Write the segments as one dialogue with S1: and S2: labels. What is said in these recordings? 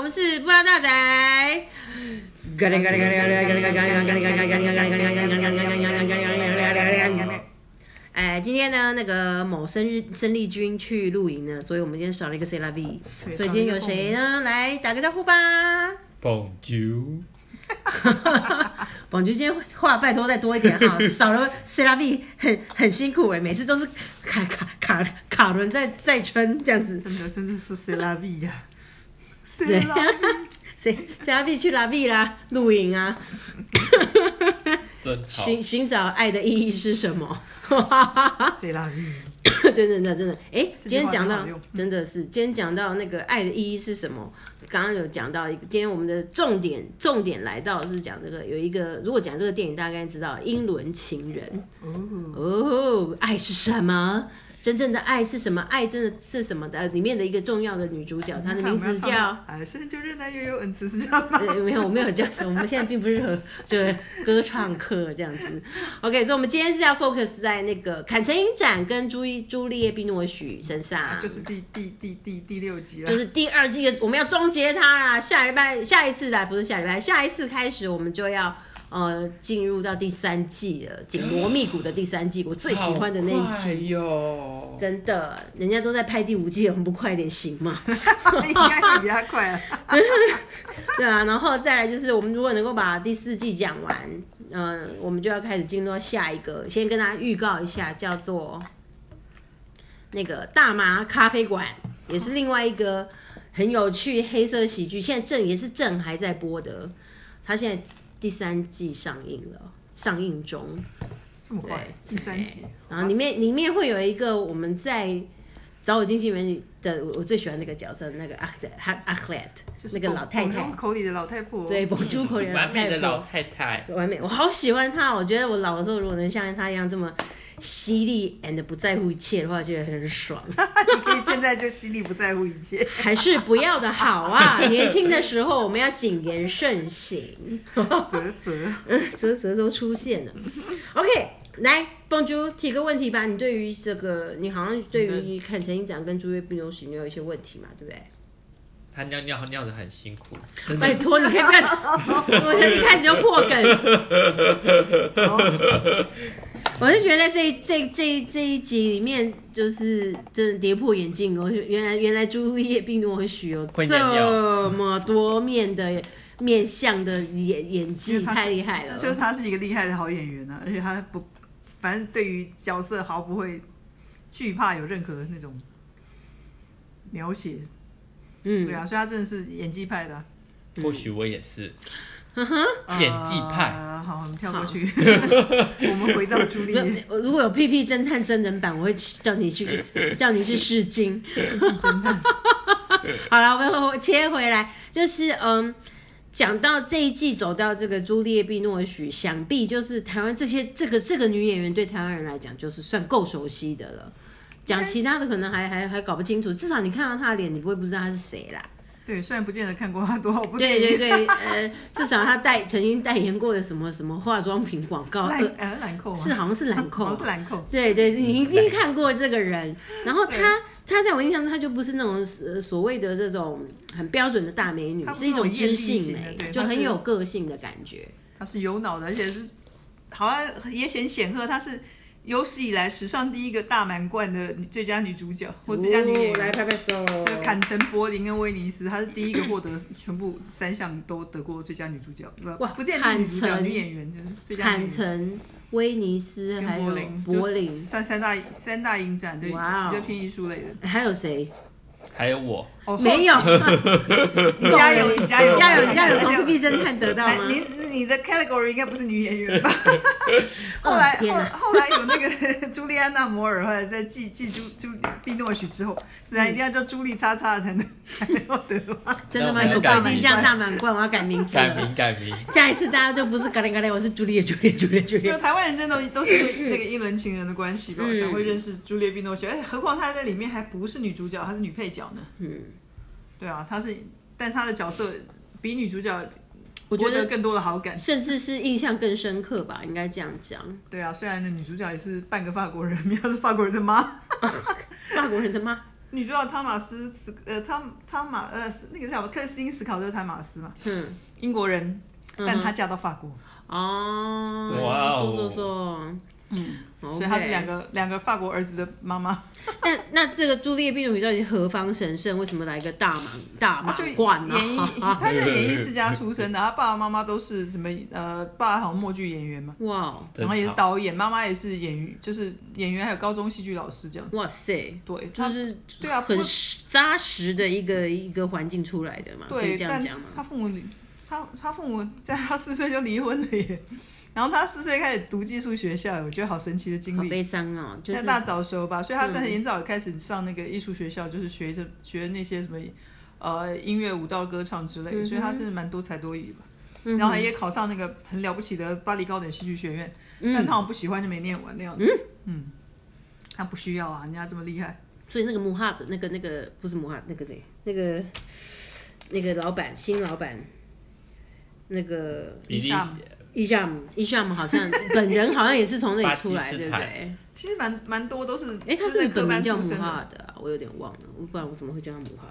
S1: 们是布拉大宅。
S2: 嘎哩嘎哩嘎哩嘎哩嘎哩嘎哩嘎哩嘎哩嘎哩嘎哩嘎哩嘎哩嘎哩嘎哩嘎哩嘎哩嘎哩
S1: 哎，今天呢，那个某生日生力军去露营呢，所以我们今天少了一个 C 拉 V，所以今天有谁呢？来打个招呼吧。
S3: 蹦啾，
S1: 广菊今天话拜托再多一点哈，少了 C 拉 V 很很辛苦哎，每次都是卡卡卡卡轮在在撑这样子。
S2: 真的真的是 C 拉 V 呀
S1: 对
S2: ，C 拉 V，
S1: 谁谁拉 B 去拉 B 啦，露营啊，
S3: 真好。
S1: 寻寻找爱的意义是什么？
S2: ，C 拉 V，
S1: 真的真的真的，哎、今天
S2: 话
S1: 讲
S2: 真
S1: 到
S2: 好用嗯
S1: 真的是今天讲到那个爱的意义是什么？刚刚有讲到一个，今天我们的重点重点来到是讲这个有一个，如果讲这个电影，大概知道《英伦情人》哦爱是什么？真正的爱是什么？爱真的是什么的？呃里面的一个重要的女主角，她的名字叫。
S2: 哎，现在就热爱悠悠恩慈是这样吗？
S1: 呃，没有，我没有这样说。我们现在并不是和就是歌唱课这样子。OK，所以我们今天是要 focus 在那个坎城影展跟朱一朱丽叶·碧诺许身上，
S2: 啊就是第第第第第六集了
S1: 就，是第二季的，我们要终结它啦。下礼拜下一次来不是下礼拜，下一次开始我们就要。呃，进入到第三季了，《紧锣密鼓》的第三季，我最喜欢的那一季，
S3: 集哟，
S1: 真的，人家都在拍第五季，我们不快点行吗？
S2: 应该会比他快啊了。
S1: 对啊，然后再来就是，我们如果能够把第四季讲完，嗯、我们就要开始进入到下一个。先跟大家预告一下，叫做那个大麻咖啡馆，也是另外一个很有趣黑色喜剧，现在正也是正还在播的，它现在第三季上映了，上映中。
S2: 这么快，第三集，
S1: 然后里面里面会有一个我们在找我经纪人的，我我最喜欢那个角色，那个阿克阿阿克莱特，那个老太太。
S2: 口里的老太婆，
S1: 对，，born to 口里的老
S3: 哦完美
S1: 太
S3: 的
S1: 婆
S3: 老，太太，
S1: 完美，我好喜欢他。我觉得我老的时候，如果能像他一样这么犀利 and 不在乎一切的话，觉得很爽。
S2: 你可以现在就心里不在乎一切。
S1: 还是不要的好啊！年轻的时候我们要谨言慎行。
S2: 啧啧，
S1: 泽泽都出现了。OK，来，蹦珠提个问题吧。你对于这个，你好像对于看陈一展跟朱月碧流史，你有一些问题嘛？对不对？
S3: 她尿尿尿的很辛苦，
S1: 拜托，你可以不要讲，我就一开始就破梗。我就觉得在这一这这这一集里面，就是真的跌破眼镜哦。原来原来朱丽叶·并诺许有
S3: 会
S1: 这
S3: 念掉
S1: 么多面的面向的演演技，
S2: 他
S1: 太厉害了。
S2: 就是他是一个厉害的好演员啊，而且他不，反正对于角色毫不会惧怕有任何那种描写，
S1: 嗯
S2: 对，啊，所以他真的是演技派的啊、
S3: 或许我也是。演技派，
S2: 啊好，我们跳 过去，我们回到朱丽叶
S1: 如如果有《屁屁侦探》真人版，我会去叫你去叫你去试镜。
S2: 侦探，
S1: 好了，我们回切回来，就是嗯，讲到这一季走到这个朱丽叶·碧诺许，想必就是台湾这些这个这个女演员对台湾人来讲，就是算够熟悉的了。讲其他的可能还还还搞不清楚，至少你看到她的脸，你不会不知道她是谁啦。
S2: 对，虽然不见得看过他多少部电
S1: 对
S2: 影，
S1: 对对，呃，至少她代曾经代言过的什么什么化妆品广告，
S2: 兰
S1: 呃
S2: 呃兰蔻吗
S1: 是好像是啊兰蔻吧
S2: 好像是兰蔻，
S1: 对对，你一定看过这个人。然后他，他在我印象中，他就不是那种呃所谓的这种很标准的大美女
S2: 她，不
S1: 是
S2: 是
S1: 一种知
S2: 那
S1: 性
S2: 种艳丽
S1: 美
S2: 型的，对
S1: 就
S2: 她
S1: 很
S2: 是
S1: 有个性的感觉。
S2: 他是有脑的，而且是好像也很显赫，他是有史以来史上第一个大满贯的最佳女主角或最佳女演
S1: 哦来
S2: 员。
S1: 拍拍手。
S2: 就坎城、柏林跟威尼斯，她是第一个获得全部三项都得过最佳女主角，不
S1: 哇
S2: 不见得是女主角，
S1: 坎城
S2: 女演员就是最佳女
S1: 坎
S2: 演员。
S1: 城、威尼斯还有
S2: 柏林，
S1: 柏
S2: 就
S1: 林，
S2: 三三大三大影展，对，比
S1: 哇哦
S2: 较偏艺术类的。
S1: 还有谁？
S3: 还有我，
S2: 哦，
S1: 没有，
S2: 你 加油， 你加油，
S1: 加油！加油！
S2: 加
S1: 从
S2: 油
S1: 《B B 侦探》得到
S2: 哎
S1: 吗？
S2: 你你的 category 应该不是女 演员吧？ 后来
S1: 哦天
S2: 后
S1: 哪
S2: 后来有那个 朱莉安娜摩尔，后来在继继朱朱碧诺许之后，
S1: 嗯
S2: 自然一定要叫朱莉叉叉才能 才能够得嘛。
S1: 真的吗？
S3: 那我
S1: 我不
S3: 要改
S1: 一
S3: 名
S1: 定这样大满贯，我要改名字
S3: 改
S1: 了。
S3: 名改 名，
S1: 下一次大家就不是嘎嘞嘎嘞，我是朱丽叶，朱丽叶，朱丽叶，朱丽
S2: 因
S1: 叶
S2: 为。台湾人真的都是对那个英伦情人的关系吧，
S1: 嗯
S2: 我想会认识朱莉碧诺许，哎，何况她在里面还不是女主角，她是女配角呢。
S1: 嗯，
S2: 对啊，她是，但她的角色比女主角
S1: 我觉
S2: 获得
S1: 得
S2: 更多的好感。
S1: 甚至是印象更深刻吧，应该这样讲。
S2: 对 啊，虽然那女主角也是半个法国人，没有是法国人的妈。
S1: 法国人的妈，
S2: 女主角汤马斯斯呃汤汤马呃斯那个叫什么克里斯汀斯考特汤马斯嘛，
S1: 嗯，
S2: 英国人，
S3: 嗯
S2: 但她嫁到法国，
S1: 哦，
S3: 哇哦
S1: 说说说，嗯，
S2: 所以她是两
S1: 个。
S2: 个两个法国儿子的妈妈。
S1: 那那这个朱丽叶病毒宇宙底是何方神圣？为什么来个大满大啊
S2: 他哦就
S1: 满
S2: 演
S3: 啊
S1: 贯呢、
S2: 艺， 他是演艺世家出身 的，他爸爸妈妈都是什么呃，爸好像默剧演员嘛，
S1: 哇哦
S2: 然后也
S3: 真
S2: 是
S3: 好
S2: 导演，妈妈也是演员，就是演员，还有高中戏剧老师这样。
S1: 哇塞，
S2: 对，他
S1: 就是
S2: 对啊
S1: 很
S2: 不
S1: 实扎实的一个一个环境出来的嘛，可以
S2: 对，
S1: 这样
S2: 但
S1: 讲吗？
S2: 他父母离他他父母在他四岁就离婚了耶，然后他四岁开始读寄宿学校，我觉得好神奇的经
S1: 好
S2: 历。
S1: 悲伤哦，就是
S2: 在大早熟吧，所以他在很早开始上那个艺术学校，就是学着学那些什么，呃，音乐、舞蹈、歌唱之类的，所以他真的蛮多才多艺吧。
S1: 嗯嗯哼
S2: 然后他也考上那个很了不起的巴黎高等戏剧学院，
S1: 嗯
S2: 但他好像不喜欢就没念完那样子。嗯他不需要啊，人家这么厉害。
S1: 所以那个穆哈的那个那个不是穆哈，那个谁，那个那个老板新老板，那个
S3: 比利
S2: 上
S1: 伊夏姆伊夏姆好像 本人好像也是从那里出来，
S3: 巴基
S1: 对
S3: 斯
S1: 不
S3: 坦
S1: 对？
S2: 其实蛮蛮多都是，
S1: 哎，他
S2: 就是是
S1: 不
S2: 在
S1: 是本
S2: 科
S1: 名
S2: 班
S1: 叫
S2: 出
S1: 穆
S2: 身
S1: 哈
S2: 的。
S1: 的啊，我有点忘了，不然我怎么会叫他穆哈？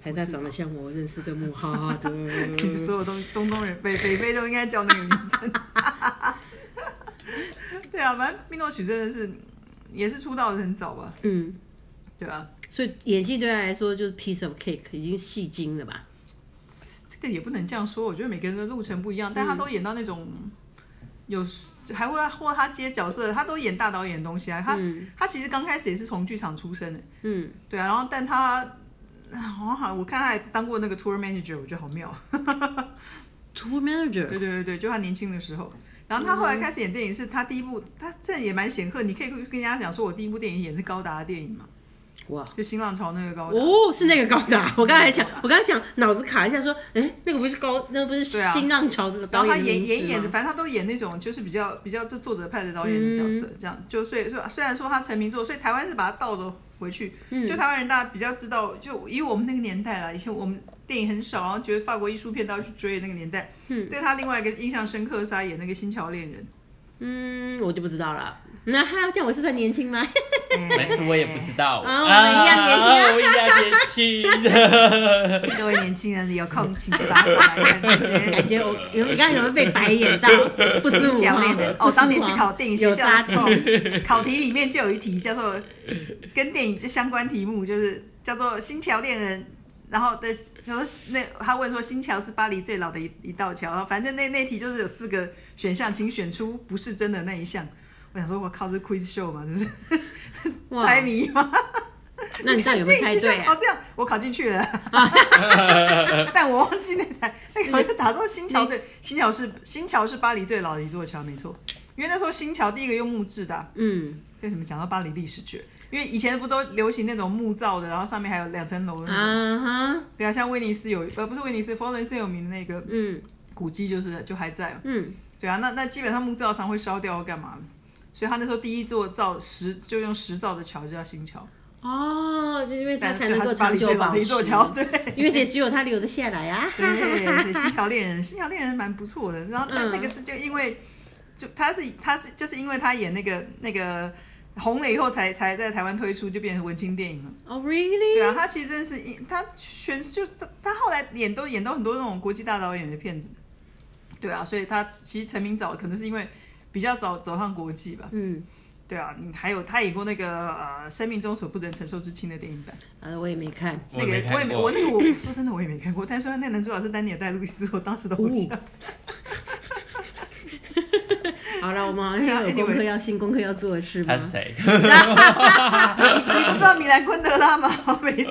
S1: 还是他长得像我认识的穆哈的？
S2: 所有东中东人北北非都应该叫那个名字。 对啊，反正冰诺曲真的是也是出道的很早吧，
S1: 嗯，
S2: 对啊，
S1: 所以演戏对他来说就是 piece of cake，已经戏精了吧？
S2: 这个也不能这样说，我觉得每个人的路程不一样，但他都演到那种。有还会或他接角色，他都演大导演的东西啊。他、他其实刚开始也是从剧场出身的，
S1: 嗯，
S2: 对啊。然后但他好像我看他还当过那个 tour manager，我觉得好妙。
S1: tour manager，
S2: 对对对对，就他年轻的时候。然后他后来开始演电影，是他第一部，他这也蛮显赫。你可以跟人家讲说，我第一部电影演是高达的电影嘛，
S1: 哇！
S2: 就新浪潮那个高达。
S1: 哦，是那个高 达，我刚才想，我刚才想脑子卡一下，说，哎，那个不是高，那个不是
S2: 对啊
S1: 新浪潮的
S2: 然
S1: 导
S2: 后他
S1: 演
S2: 演
S1: 名字
S2: 演演的，
S1: 吗
S2: 反正他都演那种就是比较比较这作者派的导演的角色，这样就所以说啊虽然说他成名作，所以台湾是把他倒了回去，就台湾人大家比较知道，就以我们那个年代啦，以前我们电影很少，然后觉得法国艺术片都要去追的那个年代，嗯，对他另外一个印象深刻是他演那个《新桥恋 人
S1: 嗯，我就不知道了。那他这样我是算年轻吗？》，
S2: 哎
S3: 没事，哎我也不知道。
S1: 啊我
S3: 我一样年 轻啊，
S2: 各位年轻人，有空请去把它找来看。
S1: 感觉 我有，你刚才有没有被白眼到？不舒服
S2: 呃强
S1: 啊
S2: 烈 的
S1: 不舒服啊
S2: 哦，当年去考电影学校的时候
S1: 有杀气，
S2: 考题里面就有一题叫做跟电影就相关题目，就是叫做《新桥恋人》，然后的他说那他问说新桥是巴黎最老的一一道桥，然后反正那那题就是有四个选项，请选出不是真的那一项。我想说，我靠，这 quiz show 嘛，这是
S1: 哇
S2: 猜谜嘛？
S1: 那你到底有没有猜对
S2: 电影学
S1: 啊？
S2: 校哦考这样，我考进去了，但我忘记那台那个，我就打说新桥对，新桥是新桥是巴黎最老的一座桥，没错。因为那时候新桥第一个用木质的啊、
S1: 嗯
S2: 这为什么讲到巴黎历史剧？因为以前不都流行那种木造的，然后上面还有两层楼的那种。
S1: 啊哈，
S2: 对啊，像威尼斯有，呃，不是威尼斯，佛罗伦斯有名的那个
S1: 嗯
S2: 古迹，就是就还在嘛。
S1: 嗯，
S2: 对啊，那那基本上木造常会烧掉或干嘛的，所以他那时候第一座造石就用石造的桥就叫新桥，
S1: 哦，就因为他
S2: 但
S1: 才
S2: 就
S1: 能
S2: 它
S1: 够
S2: 是巴
S1: 长
S2: 黎
S1: 久
S2: 最
S1: 保
S2: 老的
S1: 持
S2: 一，座桥，对。
S1: 因为也只有他留得下来啊。
S2: 对，对新桥恋人，新桥恋人蛮不错的。然后但
S1: 嗯
S2: 那个是就因为，就他是他是就是因为他演那个那个红了以后才才在台湾推出，就变成文青电影了。
S1: 哦，really？
S2: 对啊，他其实真的是一他选就他他后来演都演到很多那种国际大导演的片子。对啊，所以他其实成名早，可能是因为比较早走上国际吧。
S1: 嗯，
S2: 对啊，你还有他演过那个呃《生命中所不能承受之轻》的电影版，
S1: 啊，我也没看。
S2: 那个
S3: 没
S2: 我也
S3: 看
S2: 没
S3: 过。
S2: 我那个我呃说真的我也没看过，但是那男主角是丹尼尔戴路易斯，我当时都不
S1: 哦
S2: 想。
S1: 好了，我们好 像有功课要新功课要做是吗
S3: 他？是谁？
S2: 你不知道米兰昆德拉吗？没事，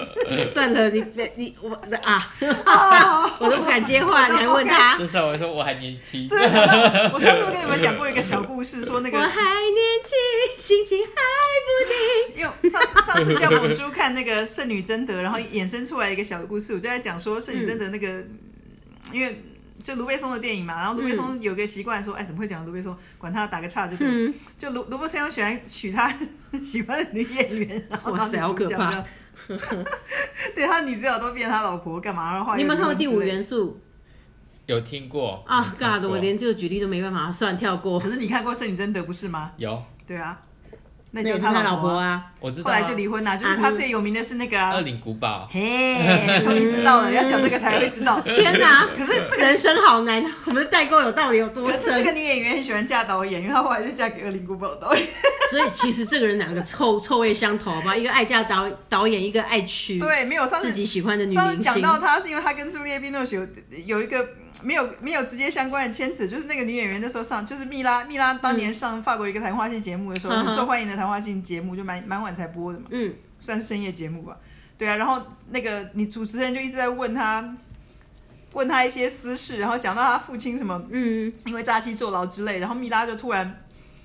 S1: 算了，你别你我啊，
S2: 哦、
S1: 我都不敢接话，你还问他？
S3: 就是我说我还年轻，
S2: 真的想到，我上次不跟你们讲过一个小故事，说那
S1: 我
S2: 个，
S1: 还年轻，心情还不定。
S2: 因为上次上次叫猛猪看那个《圣女贞德》，然后衍生出来一个小故事，我就在讲说《圣女贞德》那个，
S1: 嗯
S2: 因为。就卢贝松的电影嘛，然后卢贝松有个习惯说，哎，怎么会讲卢贝松？管他打个岔就对了。
S1: 嗯
S2: 就卢卢贝松喜欢娶他喜欢的女演员，然后
S1: 哇塞
S2: 当
S1: 好可
S2: 主角
S1: 怕
S2: 这样子！ 对他女主角都变他老婆干嘛？然后后来
S1: 你有没有看过
S2: 离
S1: 《第
S2: 婚之
S1: 五
S2: 类的
S1: 元素
S3: 有听过》
S2: 嗯
S1: 啊
S3: 看
S1: ？God，
S3: 过
S1: 我连这个举例都没办法算，跳过
S2: 可。是你看过《圣女贞德》不是吗？
S3: 有
S2: 对啊， 那
S1: 那
S2: 就
S1: 也
S2: 是
S1: 是
S2: 他
S1: 他老
S2: 老婆
S1: 婆
S2: 啊。
S1: 啊，
S3: 我知道
S2: 后
S3: 啊、
S2: 来就离婚了，就是他最有名的是那个啊
S3: 二零古堡，
S2: 嘿，终于知道了，要讲这个才会知道。
S3: 嗯
S2: 天哪！可是 这个，
S1: 人生好难，我们的代沟有到底有多
S2: 可是这
S1: 深
S2: 个？女演员很喜欢嫁导演，因为她后来就嫁给了林古堡导演。
S1: 所以其实这个人两个臭臭味相投吧，一个爱嫁导导演，一个爱娶
S2: 对，没有上
S1: 自
S2: 次
S1: 己喜欢的女
S2: 上次
S1: 明
S2: 讲
S1: 星。
S2: 到她是因为她跟朱丽叶·冰诺许有有一个嗯没有没有直接相关的牵扯，就是那个女演员那时候上就是蜜拉蜜拉当年上法国一个谈话性节目的时候，
S1: 嗯
S2: 很受欢迎的谈话性节目，就蛮蛮晚才播的嘛。
S1: 嗯，
S2: 算是深夜节目吧。对啊，然后那个你主持人就一直在问他，问他一些私事，然后讲到他父亲什么，
S1: 嗯，
S2: 因为诈欺坐牢之类，然后蜜拉就突然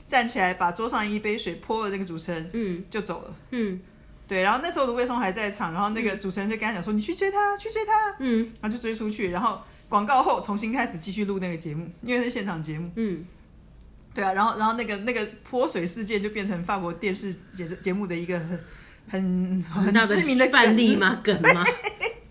S2: 站起来，把桌上一杯水泼了那个主持人，
S1: 嗯，
S2: 就走了。
S1: 嗯，
S2: 对，然后那时候卢贝松还在场，然后那个主持人就跟他讲说：“你去追他，去追他。”
S1: 嗯，
S2: 然后就追出去，然后广告后重新开始继续录那个节目，因为是现场节目。
S1: 嗯，
S2: 对啊，然后然后那个那个泼水事件就变成法国电视节节目的一个很很
S1: 很
S2: 很
S1: 大
S2: 知名的
S1: 范例
S2: 嘛。
S1: 吗？梗 吗？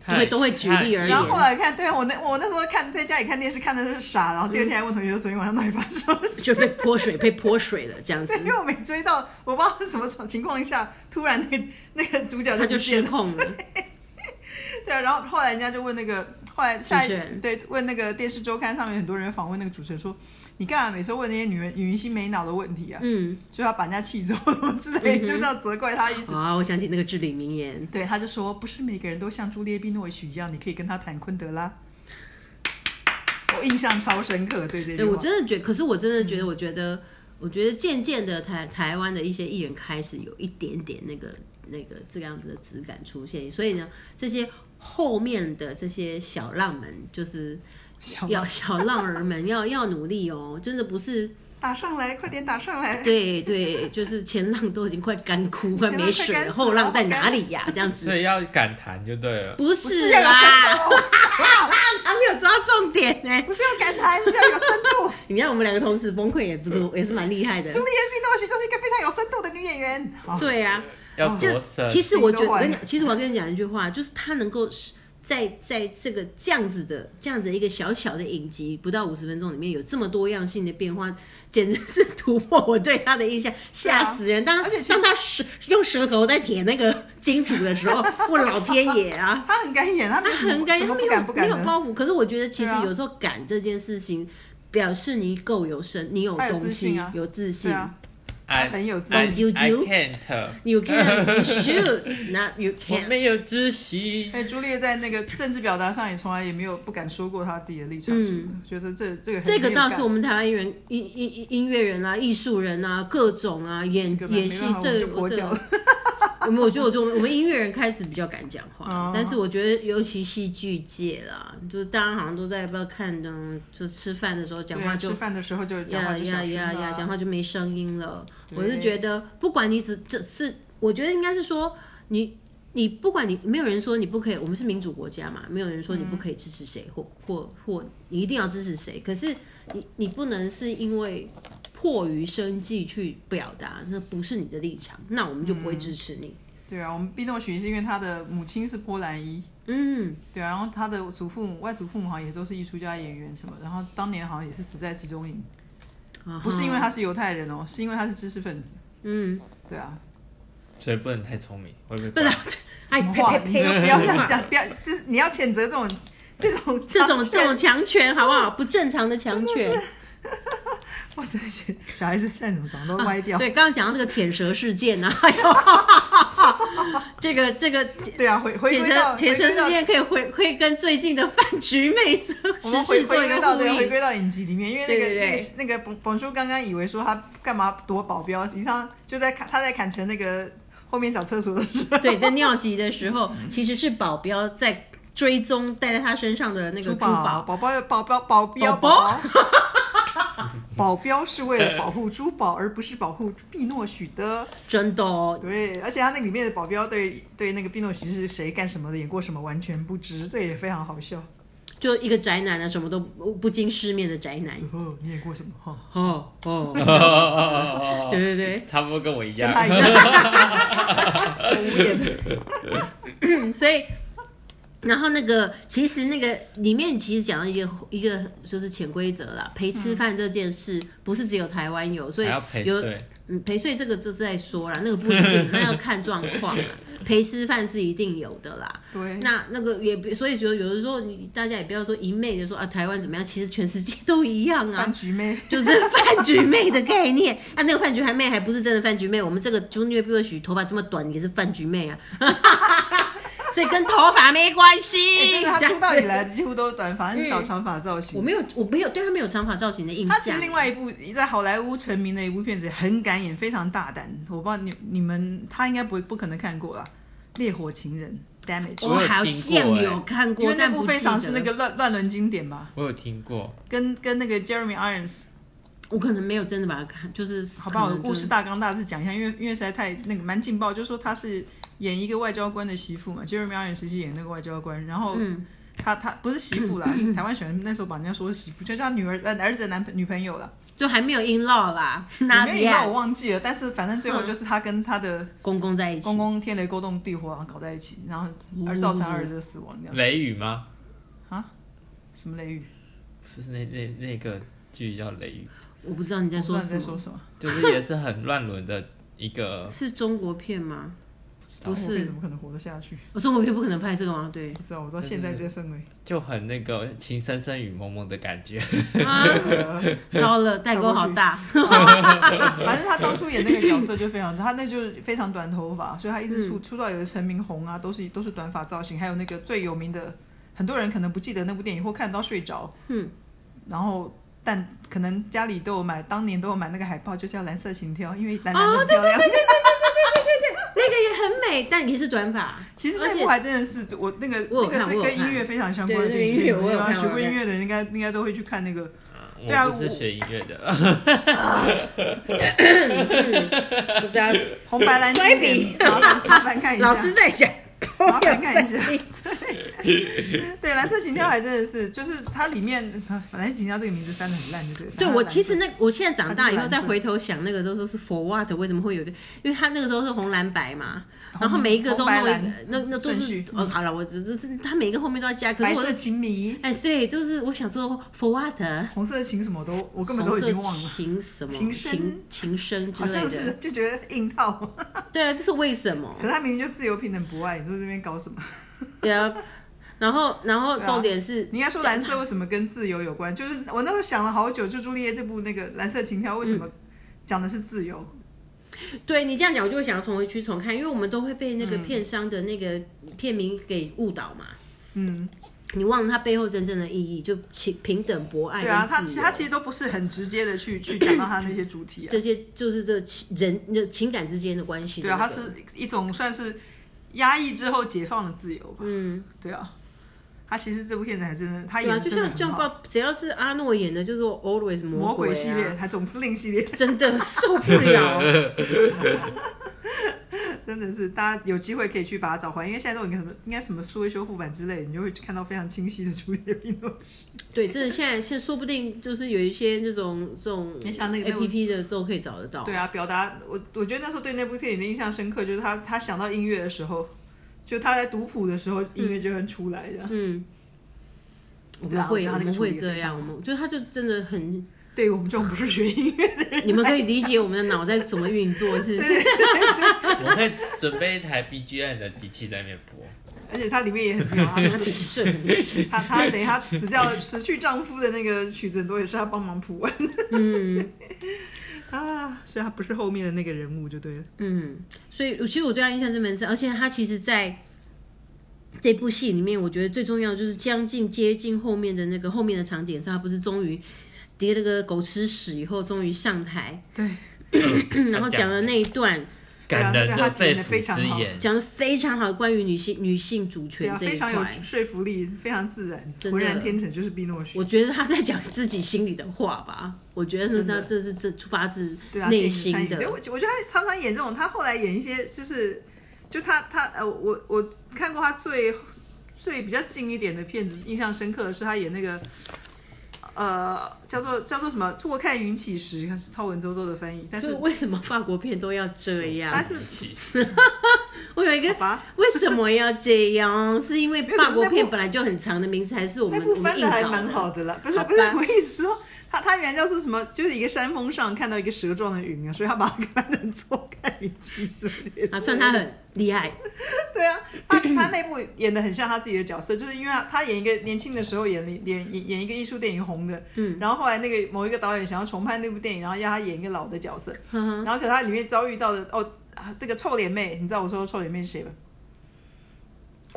S3: 太
S1: 会都会举例而
S3: 太
S1: 言
S2: 然后后来看，对我那我那时候看在家里看电视看的是傻，然后第二天还问同学说昨天晚上到底发生什么事，
S1: 就被泼水，被泼水了这样 子
S2: 因，为我没追到，我不知道是什么情况下突然那个那个主角
S1: 他
S2: 就
S1: 就
S2: 不
S1: 失
S2: 见了，
S1: 控了。
S2: 对啊，然后后来人家就问那个后来下一
S1: 主持人
S2: 对问那个电视周刊上面很多人访问那个主持人说。你干嘛每次问那些女人女明星没脑的问题啊？
S1: 嗯，
S2: 就要把人家气走什么之类，就这样责怪他意思。
S1: 啊，我想起那个至理名言，
S2: 对，他就说不是每个人都像朱丽叶·碧诺许一样，你可以跟他谈昆德拉。我印象超深刻，对这句
S1: 对
S2: 话。
S1: 我真的觉可是我真的
S2: 嗯
S1: 觉得，我觉得，我觉得渐渐的台台湾的一些艺人开始有一点点那个那个这个样子的质感出现，所以呢，这些后面的这些小浪们，就是
S2: 小
S1: 要小浪儿们要要努力哦，真的不是
S2: 打上来，快点打上来！
S1: 对对，就是前浪都已经快干枯，快
S2: 前浪
S1: 没
S2: 快
S1: 水
S2: 干
S1: 了，
S2: 死
S1: 后
S2: 了
S1: 浪
S2: 好
S1: 在
S2: 干
S1: 哪里呀、这样子
S3: 所以要敢谈就对了。
S1: 不
S2: 不
S1: 是
S2: 是
S1: 啊
S2: 要有深
S1: 啦，
S2: 度，
S1: 他没有抓重点呢、
S2: 不是要感叹，是要有深 度。
S1: 你看我们两个同时崩溃，也不是也是蛮厉害的
S2: 朱。丽叶·冰诺许就是一个非常有深度的女演员。哦好，
S1: 对呀、啊。
S3: 要
S1: 就
S3: 多深？
S1: 其实我觉得，
S2: 心都
S1: 我
S2: 坏了
S1: 跟你讲，其实我要跟你讲一句话，就是他能够是在在这个这样子的这样子一个小小的影集，不到五十分钟里面有这么多样性的变化，简直是突破我对他的印象，吓死人！当
S2: 啊而且其实
S1: 当他舌用舌头在舔那个金主的时 候，我老天爷啊！
S2: 她很敢演，她没
S1: 他
S2: 有什么
S1: 很敢，他
S2: 什么
S1: 没
S2: 不
S1: 有
S2: 敢不敢
S1: 没有
S2: 的。
S1: 包袱。可是我觉得，其实
S2: 对啊
S1: 有时候敢这件事情，表示你够有深，你有
S2: 他有自
S1: 东西
S2: 信啊，
S1: 有自
S2: 对
S1: 信。
S2: 啊，
S3: I
S2: 很有自
S3: I,
S1: 信啾
S3: I
S1: 啾
S3: can't，
S1: You can shoot, not you
S3: 我
S1: can.
S3: 没有窒息。
S2: 哎，朱丽叶在那个政治表达上也从来也没有不敢说过她自己的立场什么的，觉得这这个
S1: 嗯
S2: 很
S1: 这个倒是我们
S2: 没有 guts
S1: 台湾人音音音音乐人啊、艺术人啊、各种啊演
S2: 这个没
S1: 演
S2: 办
S1: 戏
S2: 法，我
S1: 这
S2: 们就跛
S1: 我这
S2: 脚了，
S1: 我们我觉得我就我们音乐人开始比较敢讲话
S2: 哦，
S1: 但是我觉得尤其戏剧界啦，就是大家好像都在不知道看呢，就吃饭的时候讲
S2: 对
S1: 话
S2: 啊，
S1: 就
S2: 吃饭的时候就讲
S1: 呀
S2: 话就小
S1: 呀
S2: 声
S1: 呀呀，讲
S2: 了。
S1: 话就没声音了。我
S2: 对
S1: 是觉得，不管你只这是，我觉得应该是说你。你不管你，没有人说你不可以，我们是民主国家嘛，没有人说
S2: 嗯
S1: 你不可以支持谁、或或或你一定要支持谁。可是你你不能是因为迫于生计去表达，那不是你的立场，那我们就不会
S2: 嗯
S1: 支持你。
S2: 对啊，我们冰诺许是因为她的母亲是波兰裔，
S1: 嗯，
S2: 对啊，然后她的祖父母、外祖父母好像也都是艺术家、演员什么，然后当年好像也是死在集中营。
S1: 啊哈
S2: 不是因为他是犹太人哦，是因为他是知识分子。
S1: 嗯，
S2: 对啊，
S3: 所以不能太聪明，会被
S1: 不
S3: 关
S1: 然哎
S2: 什么
S1: 呸
S2: 话
S1: 呸
S2: 你
S1: 呸，
S2: 就不要这样
S1: 呸
S2: 讲，不要，这你要谴责这种这种
S1: 这种这种
S2: 种，
S1: 强权好不好？不正常的强权。
S2: 我真的觉得小孩子现在怎么长都歪掉。
S1: 对，刚刚讲到这个舔蛇事件呢、啊，哎呦， 这个这个
S2: 对啊，回回
S1: 舔
S2: 归到
S1: 蛇舔蛇
S2: 回归到
S1: 事件可以回可以跟最近的饭局妹子
S2: 我
S1: 时
S2: 们回
S1: 事做
S2: 回
S1: 一
S2: 归
S1: 个
S2: 到
S1: 呼
S2: 对回
S1: 应。
S2: 归到影集里面，因为那
S1: 对对
S2: 个那
S1: 对
S2: 个那个本本叔刚刚以为说他干嘛夺保镖，实际上就在砍他在砍成那个后面找厕所的时候，
S1: 对，在尿急的时候，其实是保镖在追踪带在他身上的那个珠
S2: 宝
S1: 宝。
S2: 宝宝保镖保镖
S1: 宝
S2: 宝 保镖是为了保护珠宝，而不是保护碧诺许的。
S1: 真的哦，
S2: 对，而且他那里面的保镖对对那个冰诺许是谁干什么的，演过什么完全不知，这也非常好笑。
S1: 就一个宅男啊，什么都不不经世面的宅男。
S2: 哦，你演过什么？哈、
S1: 哦哦，
S3: 哦，
S1: 对对对，
S3: 差不多跟我一
S2: 跟他 一。
S3: 样
S2: 样，无言的。
S1: 所以，然后那个其实那个里面其实讲到一个一个就是潜规则啦，陪吃饭这件事不是只有台湾有，所以
S3: 嗯还要陪
S1: 有
S3: 睡，
S1: 嗯，陪睡这个就再说啦，那个不一定，那要看状况 啦。陪吃饭是一定有的啦。
S2: 对，
S1: 那那个也不，所以说有的时候你大家也不要说一昧的说啊台湾怎么样，其实全世界都一样啊
S2: 饭。局妹，
S1: 就是 饭局妹的概念。啊，那个饭局妹还不是真的饭局妹，我们这个 Junior b u s h 头发这么短也是饭局妹啊， 所以跟头发没关系。
S2: 哎真的，
S1: 这
S2: 她
S1: 样
S2: 出道以来几乎都是短发，很少长发造
S1: 我
S2: 型。
S1: 没有，我没有对她没有长发造型的印
S2: 她其
S1: 象
S2: 实。另外一部在好莱坞成名的一部片子，很敢演，非常大胆。我不知道你你们，她应该不不可能看过啦，《烈火情人》（Damage），
S1: 我
S3: 我有
S1: 好
S3: 听
S1: 像
S3: 过
S1: 有
S3: 哎
S1: 看
S2: 因
S1: 过
S2: 为，那
S1: 但
S2: 部
S1: 不
S2: 非
S1: 记
S2: 常是
S1: 得
S2: 那个
S1: 了。
S2: 乱乱伦经典吧，
S3: 我有听过，
S2: 跟跟那个 Jeremy Irons。
S1: 我可能没有真的把它看，就是
S2: 好吧，我
S1: 可
S2: 的
S1: 能
S2: 故事大纲大致讲一下，因为因为实在太那个蛮劲爆，就说她是演一个外交官的媳妇嘛，Jeremy Irons 是演那个外交官，然后
S1: 嗯
S2: 她她不是媳 妇啦，台湾选那时候把人家说是媳妇，就叫她女儿呃儿子的男朋女朋友啦，
S1: 就还没有 in law 啦，
S2: 有
S1: 那
S2: 没有演到我忘记了，但是反正最后就是她跟她的
S1: 公公嗯在一起哦
S2: 公，公天雷勾动地火，然啊后搞在一起，然后而造成儿子的死亡这样，
S3: 雷雨吗？
S2: 什么雷雨？
S3: 不是那那那个剧叫雷雨，
S1: 我不知道你在
S2: 我不知
S1: 说
S2: 道你
S1: 什
S2: 在
S1: 么
S2: 说，什么？
S3: 就是也是很乱伦的一个
S1: 是中国片吗？不
S2: 我辈子
S1: 是
S2: 怎，么可能活得下去？
S1: 我中国片不可能拍这个吗？ 对，
S2: 不知道，我到现在这氛围，
S3: 就很那个情深深雨蒙蒙的感觉。
S1: 啊，
S2: 呃
S1: 糟了，代沟好大。
S2: 反正他当初演那个角色就非常，他那就是非常短头发，所以他一
S1: 嗯
S2: 直出、出道有的成名红啊，都是都是短发造型，还有那个最有名的，很多人可能不记得那部电影或看到睡着，
S1: 嗯，
S2: 然后但可能家里都有买，当年都有买那个海报，就叫蓝色情调，因为蓝蓝的
S1: 哦
S2: 很漂亮。
S1: 那个也很美，但也是短发。
S2: 其实
S1: 而
S2: 那
S1: 且
S2: 部还真的是我那个
S1: 我
S2: 那
S1: 有看
S2: 个是
S1: 我有
S2: 跟
S1: 看
S2: 音乐非常相关的
S1: 对那
S2: 电影，
S1: 个音乐我有
S2: 对啊
S1: 看
S2: 学
S1: 我
S2: 过
S1: 有
S2: 音
S1: 看
S2: 乐的人应该应该都会去看那个。对啊
S3: 我不是
S2: 我
S3: 学音乐的，
S1: 不知道
S2: 红白蓝经
S1: 摔
S2: 典
S1: 笔，
S2: 麻烦麻烦看一 下。
S1: 老师在想，
S2: 麻烦看一下。对，对，蓝色情调还真的是，就是它里面啊蓝色情调这个名字翻的很烂，就对 了。
S1: 对
S2: 它
S1: 我
S2: 蓝色
S1: 其实那我现在长大以
S2: 它
S1: 后
S2: 就是蓝
S1: 再
S2: 色
S1: 回头想，那个时候是 for what？为什么会有一个？因为他那个时候是红蓝白嘛，然后每一个都
S2: 红白
S1: 弄一个
S2: 蓝，
S1: 那那都
S2: 顺
S1: 是
S2: 序
S1: 哦，好了，我只就是他每一个后面都要加，可
S2: 白
S1: 是我
S2: 色情迷，
S1: 哎对，就是我想说 for what？
S2: 红色情什么都，我根本都
S1: 红
S2: 已
S1: 色
S2: 经忘了，
S1: 情什么
S2: 情深
S1: 情情深之
S2: 好像
S1: 类
S2: 是
S1: 的，
S2: 就觉得硬套。
S1: 对啊，就是为什么
S2: 可？是他明明就自由平等博爱，你说这边搞什么？
S1: 对啊，然后然后
S2: 对啊
S1: 重点是
S2: 你应该说蓝色为什么跟自由有关？就是我那时候想了好久，就朱丽叶这部那个蓝色情调为什么
S1: 嗯
S2: 讲的是自由？
S1: 对你这样讲，我就会想要重回去重看，因为我们都会被那个片商的那个片名给误导嘛。
S2: 嗯，
S1: 你忘了它背后真正的意义，就平平等、博爱
S2: 对啊，他
S1: 跟
S2: 其
S1: 自
S2: 实
S1: 由。
S2: 他其实都不是很直接的去去讲到他那些主题啊。
S1: 这些就是这情人那情感之间的关系的
S2: 对啊，
S1: 那
S2: 它
S1: 个。
S2: 是一种算是压抑之后解放的自由吧。嗯，对啊，他其实这部片子还真的，他
S1: 对
S2: 演
S1: 啊，
S2: 得
S1: 就
S2: 真的
S1: 像就像
S2: 很好。
S1: 包，只要是阿诺演的，就是 always
S2: 魔
S1: 鬼,、啊、
S2: 鬼系列，，他总司令系列，
S1: 真的受不 了。
S2: 真的是大家有机会可以去把它找回来，因为现在都有什么应该什么数位修复版之类，你就会看到非常清晰的朱丽叶·诺。
S1: 对，真的现在现在说不定就是有一些这种这种
S2: 你想那个
S1: A P P 的都可以找得到。
S2: 对啊，表达我我觉得那时候对那部电影的印象深刻，就是他他想到音乐的时候，就他在读谱的时候，音乐就会出来的。
S1: 嗯，我
S2: 对
S1: 们
S2: 啊我
S1: 会、
S2: 觉得
S1: 我
S2: 他那个
S1: 们
S2: 处理
S1: 会
S2: 得
S1: 这
S2: 非
S1: 样，
S2: 常
S1: 我们就他就真的很
S2: 对于我们这种不是学音乐，
S1: 你们可以理解我们的脑在怎么运作，是不是？
S3: 我会准备一台 B G M 的机器在那边播。
S2: 而且它里面也很妙啊，那个
S1: 是，
S2: 她她等于她死掉死去丈夫的那个曲子，很多也是她帮忙谱完
S1: 嗯
S2: 啊，所以她不是后面的那个人物就对了。
S1: 嗯，所以其实我对他印象真蛮深，而且他其实在这部戏里面，我觉得最重要的就是将近接近后面的那个后面的场景上，他不是终于跌了个狗吃屎以后，终于上台，
S2: 对，
S1: 然后讲了嗯那一段，
S3: 感人的肺腑之言，
S1: 讲的非常好，关于女性女性主
S2: 对
S1: 权
S2: 啊，
S1: 这一
S2: 非常有
S1: 块。
S2: 说服力，非常自然，
S1: 真的
S2: 浑然天成，就是碧诺许
S1: 我。觉得他在讲自己心里的话吧，我觉得那是他这是这出发自
S2: 对啊，
S1: 内
S2: 电
S1: 心
S2: 影参与对
S1: 的
S2: 我觉我觉得她常常演这种，她后来演一些就是，就她她呃，我我看过她最最比较近一点的片子，印象深刻的是她演那个。呃，叫做叫做什么？坐看云起时，超文绉绉的翻译，但
S1: 就是为什么法国片都要这样？
S2: 但是
S3: 其实
S1: 我有一个
S2: 好吧，
S1: 为什么要这样？是因为
S2: 没有
S1: 法国
S2: 那部
S1: 片本来就很长的名字，还是我
S2: 那
S1: 们
S2: 部
S1: 我们
S2: 翻
S1: 硬
S2: 的还
S1: 搞
S2: 蛮好的啦，不是
S1: 好吧
S2: 不是，我意思说，他他原来叫说什么，就是一个山峰上看到一个蛇状的云啊，所以他把它翻成错开云起诉。
S1: 啊？算他很厉害，
S2: 对啊，他他那部演的很像他自己的角色，就是因为他他演一个年轻的时候演了演演演一个艺术电影红的，嗯，然后后来那个某一个导演想要重拍那部电影，然后要他演一个老的角色，
S1: 嗯
S2: 然后可他里面遭遇到的哦，啊这个臭脸妹，你知道我说的臭脸妹是谁吧？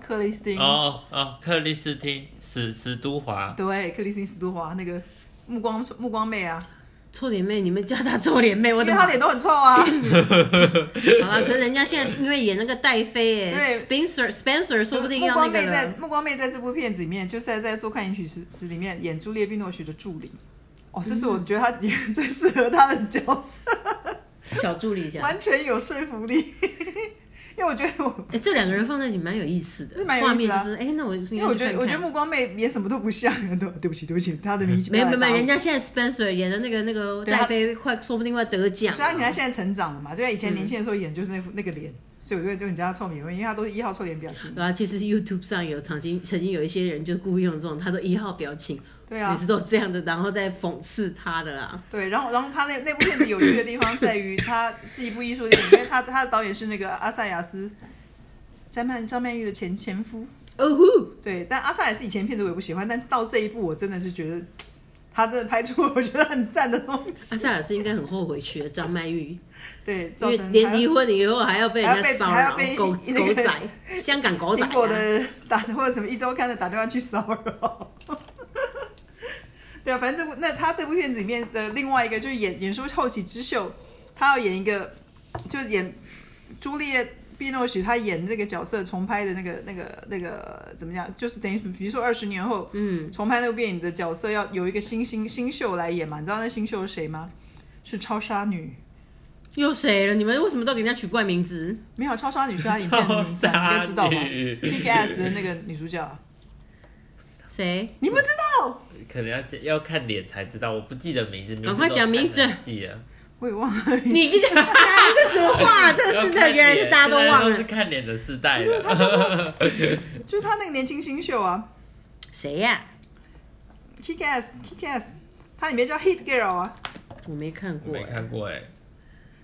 S2: 克里斯汀
S3: 哦哦，克里斯汀史史都华，
S2: 对，克里斯汀·斯图华那个目光目光妹啊，
S1: 臭脸妹，你们叫她臭脸妹，我
S2: 因为
S1: 的
S2: 她
S1: 妈！
S2: 脸都很臭 啊。
S1: 好了，可是人家现在因为演那个戴妃哎
S2: 对
S1: ，Spencer Spencer 说不定
S2: 目
S1: 要那
S2: 光
S1: 个
S2: 妹在
S1: 了。
S2: 目光妹在这部片子里面，就是在在《做看影曲史史》里面演朱丽叶·碧诺许的助理。哦，这是我
S1: 嗯
S2: 觉得她演最适合她的角色，
S1: 小助理一下。
S2: 完全有说服力。 因为我觉得我，
S1: 哎，这两个人放在一起蛮有意思的，
S2: 是蛮有
S1: 画
S2: 意思
S1: 面
S2: 的啊
S1: 就是哎，那我因
S2: 因为我觉得我觉得目光妹演什么都不像。啊对，对不起，对不起，她的名气
S1: 没有没有没有，人
S2: 家。
S1: 家现在 Spencer 演的那个那个
S2: 对他
S1: 戴妃快说不定快得奖
S2: 虽然你看现在成长了嘛，对，以前
S1: 嗯
S2: 年轻的时候演就是那副那个脸，所以我觉得就你叫她臭美人，因为她都是一号臭脸表情。
S1: 然后其实 YouTube 上有曾经曾经有一些人就故意用这种他的一号表情，
S2: 对啊
S1: 每，次都是这样的，然后再讽刺他的啦。
S2: 对，然后然后他那那部片子有趣的地方在于，它是一部艺术电影，因为他他的导演是那个阿萨亚斯，张曼张曼玉的前前夫。
S1: 哦呼，
S2: 对，但阿萨也是以前片子我也不喜欢，但到这一部我真的是觉得，他真的拍出我觉得很赞的东
S1: 阿
S2: 西。
S1: 塞尔斯应该很后悔娶了张曼玉，
S2: 对，造
S1: 因为
S2: 成
S1: 连
S2: 他
S1: 离婚以后还要被人
S2: 还要
S1: 家
S2: 被
S1: 骚
S2: 还
S1: 扰
S2: 要，被
S1: 狗
S2: 那
S1: 狗
S2: 个
S1: 仔，香港狗仔、
S2: 苹果
S1: 啊。
S2: 的打 或者什么一周刊的打电话去骚扰。对啊，反正这部那他这部片子里面的另外一个就是演演说后起之秀，他要演一个就是演朱丽叶·碧诺许，他演这个角色重拍的那个那个那个怎么讲，就是等于比如说二十年后，嗯，重拍那部电影的角色要有一个新新新秀来演嘛，你知道那新秀是谁吗？是超杀女，
S1: 又谁了？你们为什么都给人家取怪名字？
S2: 没有超杀女是他影片的
S3: 超
S2: 名字啊，你应
S3: 杀
S2: 该知道吧
S3: 女，
S2: ？Kick Ass 的那个女主角啊，
S1: 谁？
S2: 你不知道？
S3: 可能要要看脸才知道，我不记得名字，
S1: 赶快讲名字
S3: 名都不太能 记啊，
S2: 我也忘了。
S1: 你这这什么话？这
S3: 要
S1: 是
S3: 看
S1: 的，
S3: 脸
S1: 原来是大家都
S3: 现
S1: 忘
S3: 在是
S1: 了
S3: 看脸的时代了，
S2: 就是他那个年轻新秀啊
S1: 谁呀、
S2: ，Kick Ass，Kick Ass，他里面叫 Hit Girl 啊，
S1: 我没看过、
S3: 没看过哎，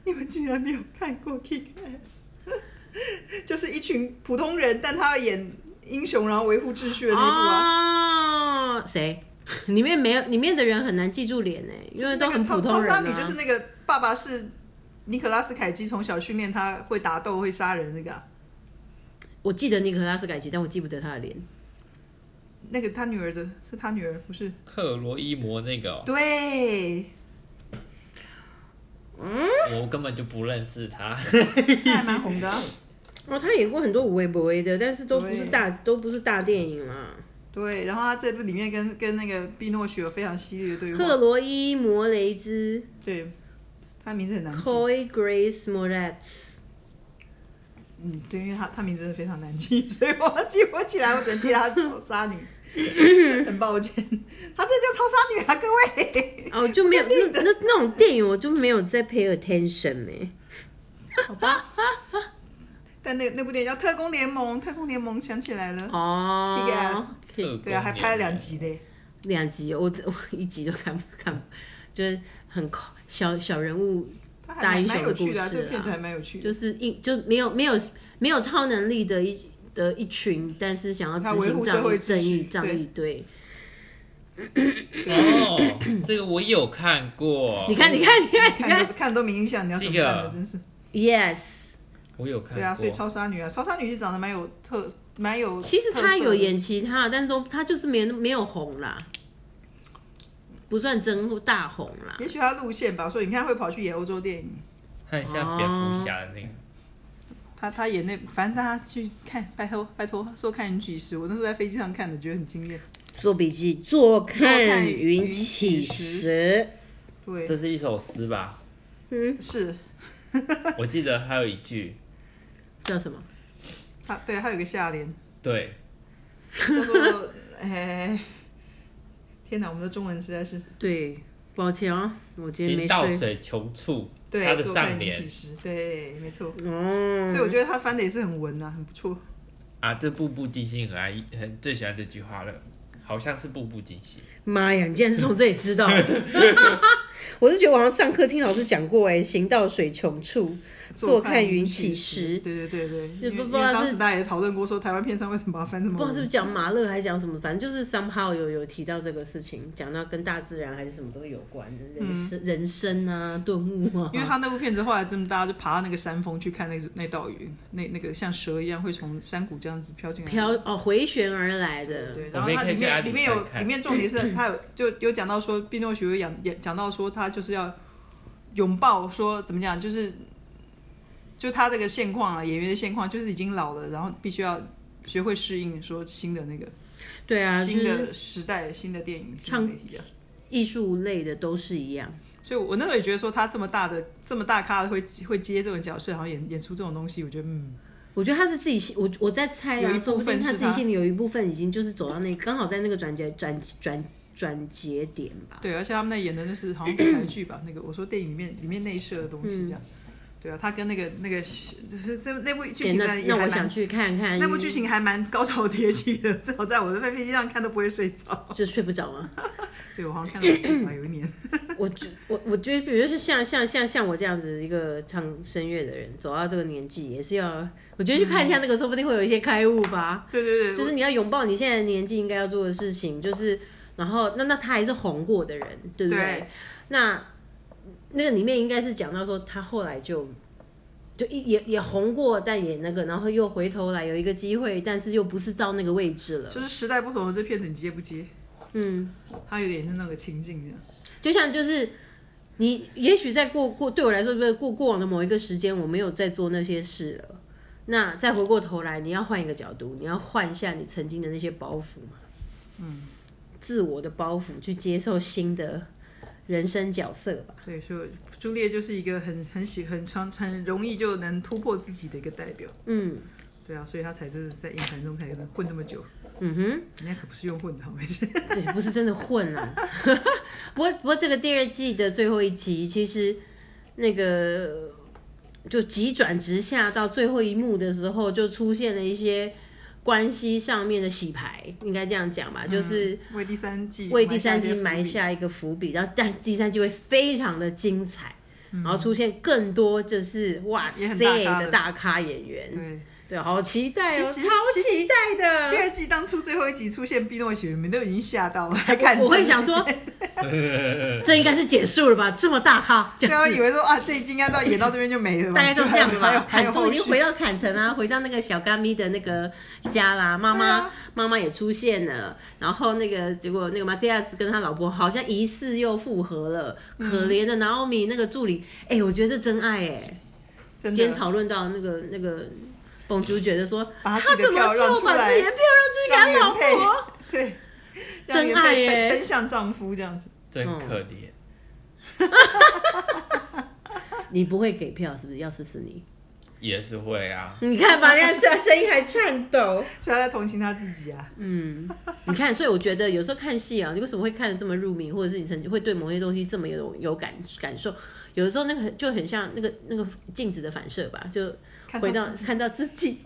S2: 你们竟然没有看过 Kick Ass，就是 一群普通人，但他要演英雄，然后维护秩序的那部啊，
S1: 哦，谁？里面没有，里面的人很难记住脸呢，因
S2: 就是
S1: 为都
S2: 那个
S1: 很
S2: 超
S1: 普
S2: 超
S1: 通人、
S2: 杀
S1: 啊。
S2: 女，就是那个爸爸是尼可拉斯凯基，从小训练他会打斗、会杀人那个啊、
S1: 我记得尼可拉斯凯奇，但我记不得他的脸。
S2: 那个他女儿的是他女儿，不是？
S3: 克罗伊摩那个哦，
S2: 对，
S3: 我根本就不认 识他，
S2: 他还蛮红的啊、
S1: 哦，他演过很多无微不微的，但是都不是
S2: 对
S1: 大，都不是大电影啦。
S2: 对，然后他这部里面跟跟那个碧诺许有非常犀利的对
S1: 克
S2: 话，
S1: 罗伊·摩雷兹
S2: 对，他名字很难记。
S1: （Coy Grace Moretz）。
S2: 嗯，对，因为他他名字真的非常难记， 所以我记不起来，我只能记得他超杀 女，很抱歉，他这叫超杀女啊，各位，
S1: 哦，就没有那那那种电影，我就没有在 pay attention 哎、
S2: 好吧。但那那部电影叫《特工联盟》，《特工联盟》想起来了，
S1: 哦
S2: Kick-Ass，
S1: 可以
S2: 对啊，还拍了两集嘞。
S1: 两集，我只我一集都看不看，就是很抠小小人物，
S2: 他还
S1: 大
S2: 蛮蛮
S1: 英雄
S2: 有
S1: 的故事
S2: 趣的、
S1: 啊
S2: 这个片子还蛮有趣的。
S1: 就是一就没有没有没有超能力的一的一群，但是想要
S2: 他
S1: 执
S2: 维
S1: 行
S2: 护
S1: 仗
S2: 社会
S1: 义、
S2: 秩
S1: 正义、
S2: 序
S1: 仗义，对。
S3: 哦，这个我有看过，
S1: 你看，你看，你看，你
S2: 看
S1: 看
S2: 都看都没印象，你要怎么
S3: 这
S2: 看
S3: 个
S2: 呢？真是。
S1: ，yes。
S3: 我有看过，
S2: 对啊，所以超杀女啊，超杀女是长得蛮有特，蛮有。
S1: 其实他有，演其他，但都他就是没有没有红啦，不算真大红啦。
S2: 也许他路线吧，所以你看会跑去演欧洲电影。
S3: 他很
S1: 哦
S3: 像蝙蝠侠的那个。
S2: 他他演那，反正大家去看，拜托拜托，说看云起时，我那时候在飞机上看的，觉得很惊艳。
S1: 做笔记，坐
S2: 坐
S1: 看
S2: 看
S1: 云
S2: 云
S1: 起
S2: 起
S1: 时。
S2: 对，
S3: 这是一首诗吧？
S2: 是
S3: 我记得还有一句，
S1: 叫什么？
S2: 他对，他有个下联
S3: 对，
S2: 叫做哎，天哪，我们的中文实在是
S1: 对，抱歉啊，我今天
S3: 行
S1: 没
S3: 到
S1: 睡。
S3: 水穷处，
S2: 对，
S3: 他的
S2: 做
S3: 上
S2: 饭
S3: 联
S2: 其实对，没错。所以我
S1: 哦，
S2: 觉得他翻的也是很文啊，很不错。
S3: 啊，这步步惊心很爱，很最喜欢这句话了，好像是步步惊心。
S1: 妈呀！你竟然是从这里知 道的。我是觉得我好像上课听老师讲过、哎，行到水穷处，坐看云起时
S2: 对对对对，因
S1: 就
S2: 为
S1: 不不
S2: 因
S1: 知
S2: 为
S1: 道
S2: 当
S1: 是
S2: 时大家也讨论过，说台湾片商为什么把它翻这么
S1: 不知道是不
S2: 文
S1: 是讲马勒还是讲什么，反正就是 somehow 有有提到这个事情，讲到跟大自然还是什么都有关的，人生、人生啊，顿悟啊。
S2: 因为他那部片子后来真的大家就爬到那个山峰去看那那道云，那那个像蛇一样会从山谷这样子飘进来。
S1: 飘哦，回旋而来的，
S2: 对，
S3: 我
S2: 然后
S3: 没
S2: 它
S3: 看
S2: 里
S3: 见阿
S2: 面
S3: 里
S2: 里面有
S3: 山看
S2: 里面重点是它有就有讲到说，碧诺许有讲讲到说他就是要拥抱说怎么讲，就是就他这个现况啊，演员的现况就是已经老了，然后必须要学会适应说新的那个、
S1: 对啊，就
S2: 新
S1: 是
S2: 的时代、新的电影、新
S1: 唱
S2: 的媒体啊。
S1: 艺术类的都是一样。
S2: 所以，我那时候也觉得说，他这么大的、这么大咖的会会接这种角色，好像演演出这种东西，我觉得嗯，
S1: 我觉得他是自己心，我我在猜
S2: 有
S1: 啊，
S2: 一
S1: 说
S2: 部
S1: 不定
S2: 分
S1: 他
S2: 是
S1: 自己
S2: 他
S1: 心里有一部分已经就是走到那刚好在那个转节转转转节点吧。
S2: 对，而且他们那演的那是好像舞台剧吧，那个我说电影里面里面内设的东西
S1: 嗯
S2: 这样。对啊，他跟那个那个就是这那部剧
S1: 对，
S2: 情
S1: 那
S2: 当然也
S1: 那
S2: 还
S1: 我
S2: 蛮
S1: 想去看看
S2: 那部剧情还蛮高潮迭起的， 至少在我的飞机上看都不会睡着。
S1: 就睡不着 吗？
S2: 对我好像 看了啊有一年，
S1: 我觉我我觉得，比如说像像像像我这样子一个唱声乐的人，走到这个年纪也是要，我觉得去看一下那个，说不定会有一些开悟吧。
S2: 对对对，
S1: 就是你要拥抱你现在的年纪应该要做的事情，就是然后那那他还是红过的人，对不对？
S2: 对
S1: 那那个里面应该是讲到说他后来就就一也也红过，但也那个，然后又回头来有一个机会，但是又不是到那个位置了。
S2: 就是时代不同的这片子你接不接？
S1: 嗯，
S2: 它有点是那个情境这样。
S1: 就像就是。你也许在过过对我来说，不是过过往的某一个时间，我没有在做那些事了。那再回过头来，你要换一个角度，你要换一下你曾经的那些包袱嘛，嗯，自我的包袱去接受新的人生角色吧。
S2: 对，所以朱丽叶就是一个很很喜很常很容易就能突破自己的一个代表。
S1: 嗯
S2: 对啊，所以他才真的在影坛中才能混这么久。
S1: 嗯哼。
S2: 人家可不是用混的，好没事。
S1: 对，不是真的混啊。 不过，不过这个第二季的最后一集，其实那个就急转直下，到最后一幕的时候，就出现了一些关系上面的洗牌，应该这样讲吧，就是
S2: 嗯为第三季
S1: 为第三季
S2: 埋
S1: 埋
S2: 一些伏笔。嗯
S1: 下一个伏笔，然后但第三季会非常的精彩。然后出现更多就是哇塞
S2: 也很大咖的
S1: 的大咖演员，
S2: 对，
S1: 对，好期待哦，
S2: 其
S1: 超
S2: 实其实
S1: 期待的。
S2: 第二季当初最后一集出现碧诺雪，你们都已经吓到了，还 看
S1: 我会
S2: 真的
S1: 想说，这应该是结束了吧？这么大咖，这
S2: 对
S1: 样
S2: 啊，
S1: 子
S2: 以为说啊，这一季应该到演到这边就没了吧，
S1: 大概就这样
S2: 还有
S1: 吧。
S2: 还有
S1: 砍
S2: 后
S1: 都已
S2: 续
S1: 经，回到砍城啊，回到那个小干咪的那个家啦。妈
S2: 对
S1: 妈
S2: 啊
S1: 妈妈也出现了，然后那个结果那个马蒂亚斯跟他老婆好像疑似又复合了。可怜的 Naomi 那个助理，哎，我觉得这真爱哎。
S2: 嗯真
S1: 今天
S2: 的
S1: 讨论到那个那个。董主觉得说，他
S2: 把他自
S1: 怎
S2: 己的
S1: 么
S2: 票让
S1: 就
S2: 出
S1: 把自己
S2: 来
S1: 的，票让出去给他老
S2: 让原
S1: 婆？
S2: 对，
S1: 真
S2: 让原
S1: 爱
S2: 配
S1: 耶
S2: 奔奔向丈夫这样子，
S3: 真
S1: 嗯
S3: 可怜。
S1: 你不会给票是不是？要是是你，
S3: 也是会啊，
S1: 你看 吧，人家声声音还颤抖。
S2: 所以他在同情他自己啊，
S1: 嗯，你看，所以我觉得有时候看戏啊，你为什么会看得这么入迷，或者是你曾经会对某些东西这么有有感感受？有的时候那个很就很像那个那个镜子的反射吧，就
S2: 看
S1: 回
S2: 到
S1: 到
S2: 自己哦
S1: 看到自 己，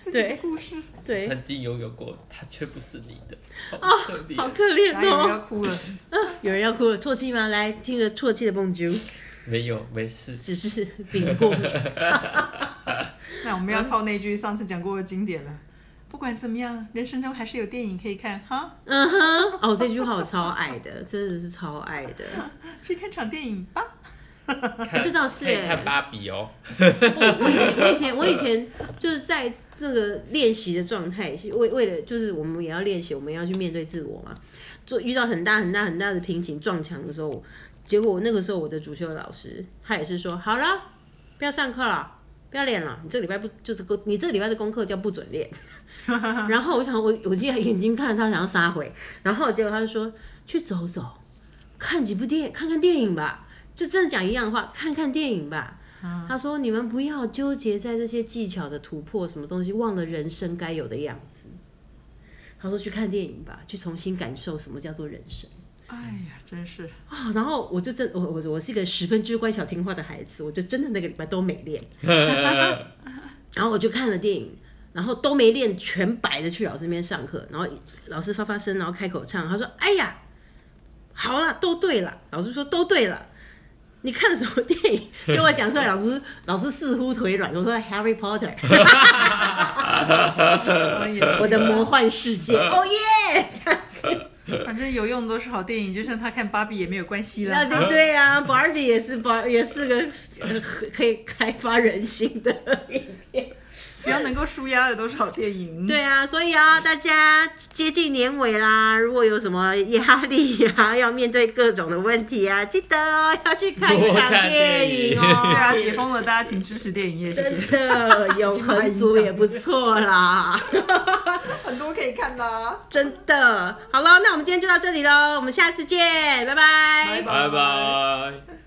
S2: 自己的故事，
S1: 对，
S3: 曾经拥有过，他却不是你的，好可怜。
S1: 哦好可怜
S2: 然后 又要
S1: 哦。
S2: 哭了，
S1: 有人要哭了，啜泣吗？来听着啜泣的蹦啾，
S3: 没有，没事。
S1: 只是 鼻子过敏。
S2: 那我们要套那句上次讲过的经典了。不管怎么样，人生中还是有电影可以看哈，
S1: 嗯哼，哦，这句话我超爱的，真的是超爱的。
S2: 去看场电影吧。
S3: 看
S1: 这倒是
S3: 可以
S1: 欸
S3: 看芭比哦，
S1: 我以前，我以前，我以前就是在这个练习的状态，为为了就是我们也要练习，我们要去面对自我嘛。做遇到很大很大很大的瓶颈撞墙的时候，结果我那个时候我的主修老师他也是说，好了，不要上课了，不要练了，你这礼拜不就是功，你这礼拜的功课叫不准练。然后我想我我记得眼睛看他想要杀回，然后结果他就说去走走，看几部电看看电影吧，就真的讲一样的话，看看电影吧。他说：“你们不要纠结在这些技巧的突破什么东西，忘了人生该有的样子。”他说：“去看电影吧，去重新感受什么叫做人生。
S2: 哎呀，真是
S1: 啊、然后我就真我我我是一个十分之乖巧听话的孩子，我就真的那个礼拜都没练，然后我就看了电影，然后都没练，全白的去老师那边上课，然后老师发发声，然后开口唱，他说：“哎呀，好啦，都对了。”老师说：“都对了。”你看了什么电影？结果讲出来，老师老师似乎腿软，我说《Harry Potter》
S2: 我也是
S1: 我的魔幻世界，哦耶！这样子，
S2: 反正有用的都是好电影，就像他看芭比也没有关系啦
S1: 那。对对啊，Barbie 也是 Bar 也是个呃可以开发人心的影片。
S2: 只要能够舒压的都是好电
S3: 嗯
S2: 影。
S1: 对啊，所以啊，大家接近年尾啦，如果有什么压力呀、啊，要面对各种的问题啊，记得哦，要去看一
S3: 多
S1: 场
S3: 看
S1: 电
S3: 电
S1: 影
S3: 影
S2: 对
S1: 哦。
S2: 啊，解封了，大家请支持电影业，谢
S1: 真
S2: 谢。
S1: 的，永恒族也不错啦，
S2: 很多可以看的啊。
S1: 真的。好了，那我们今天就到这里喽，我们下次见，拜拜
S2: 拜
S3: 拜拜。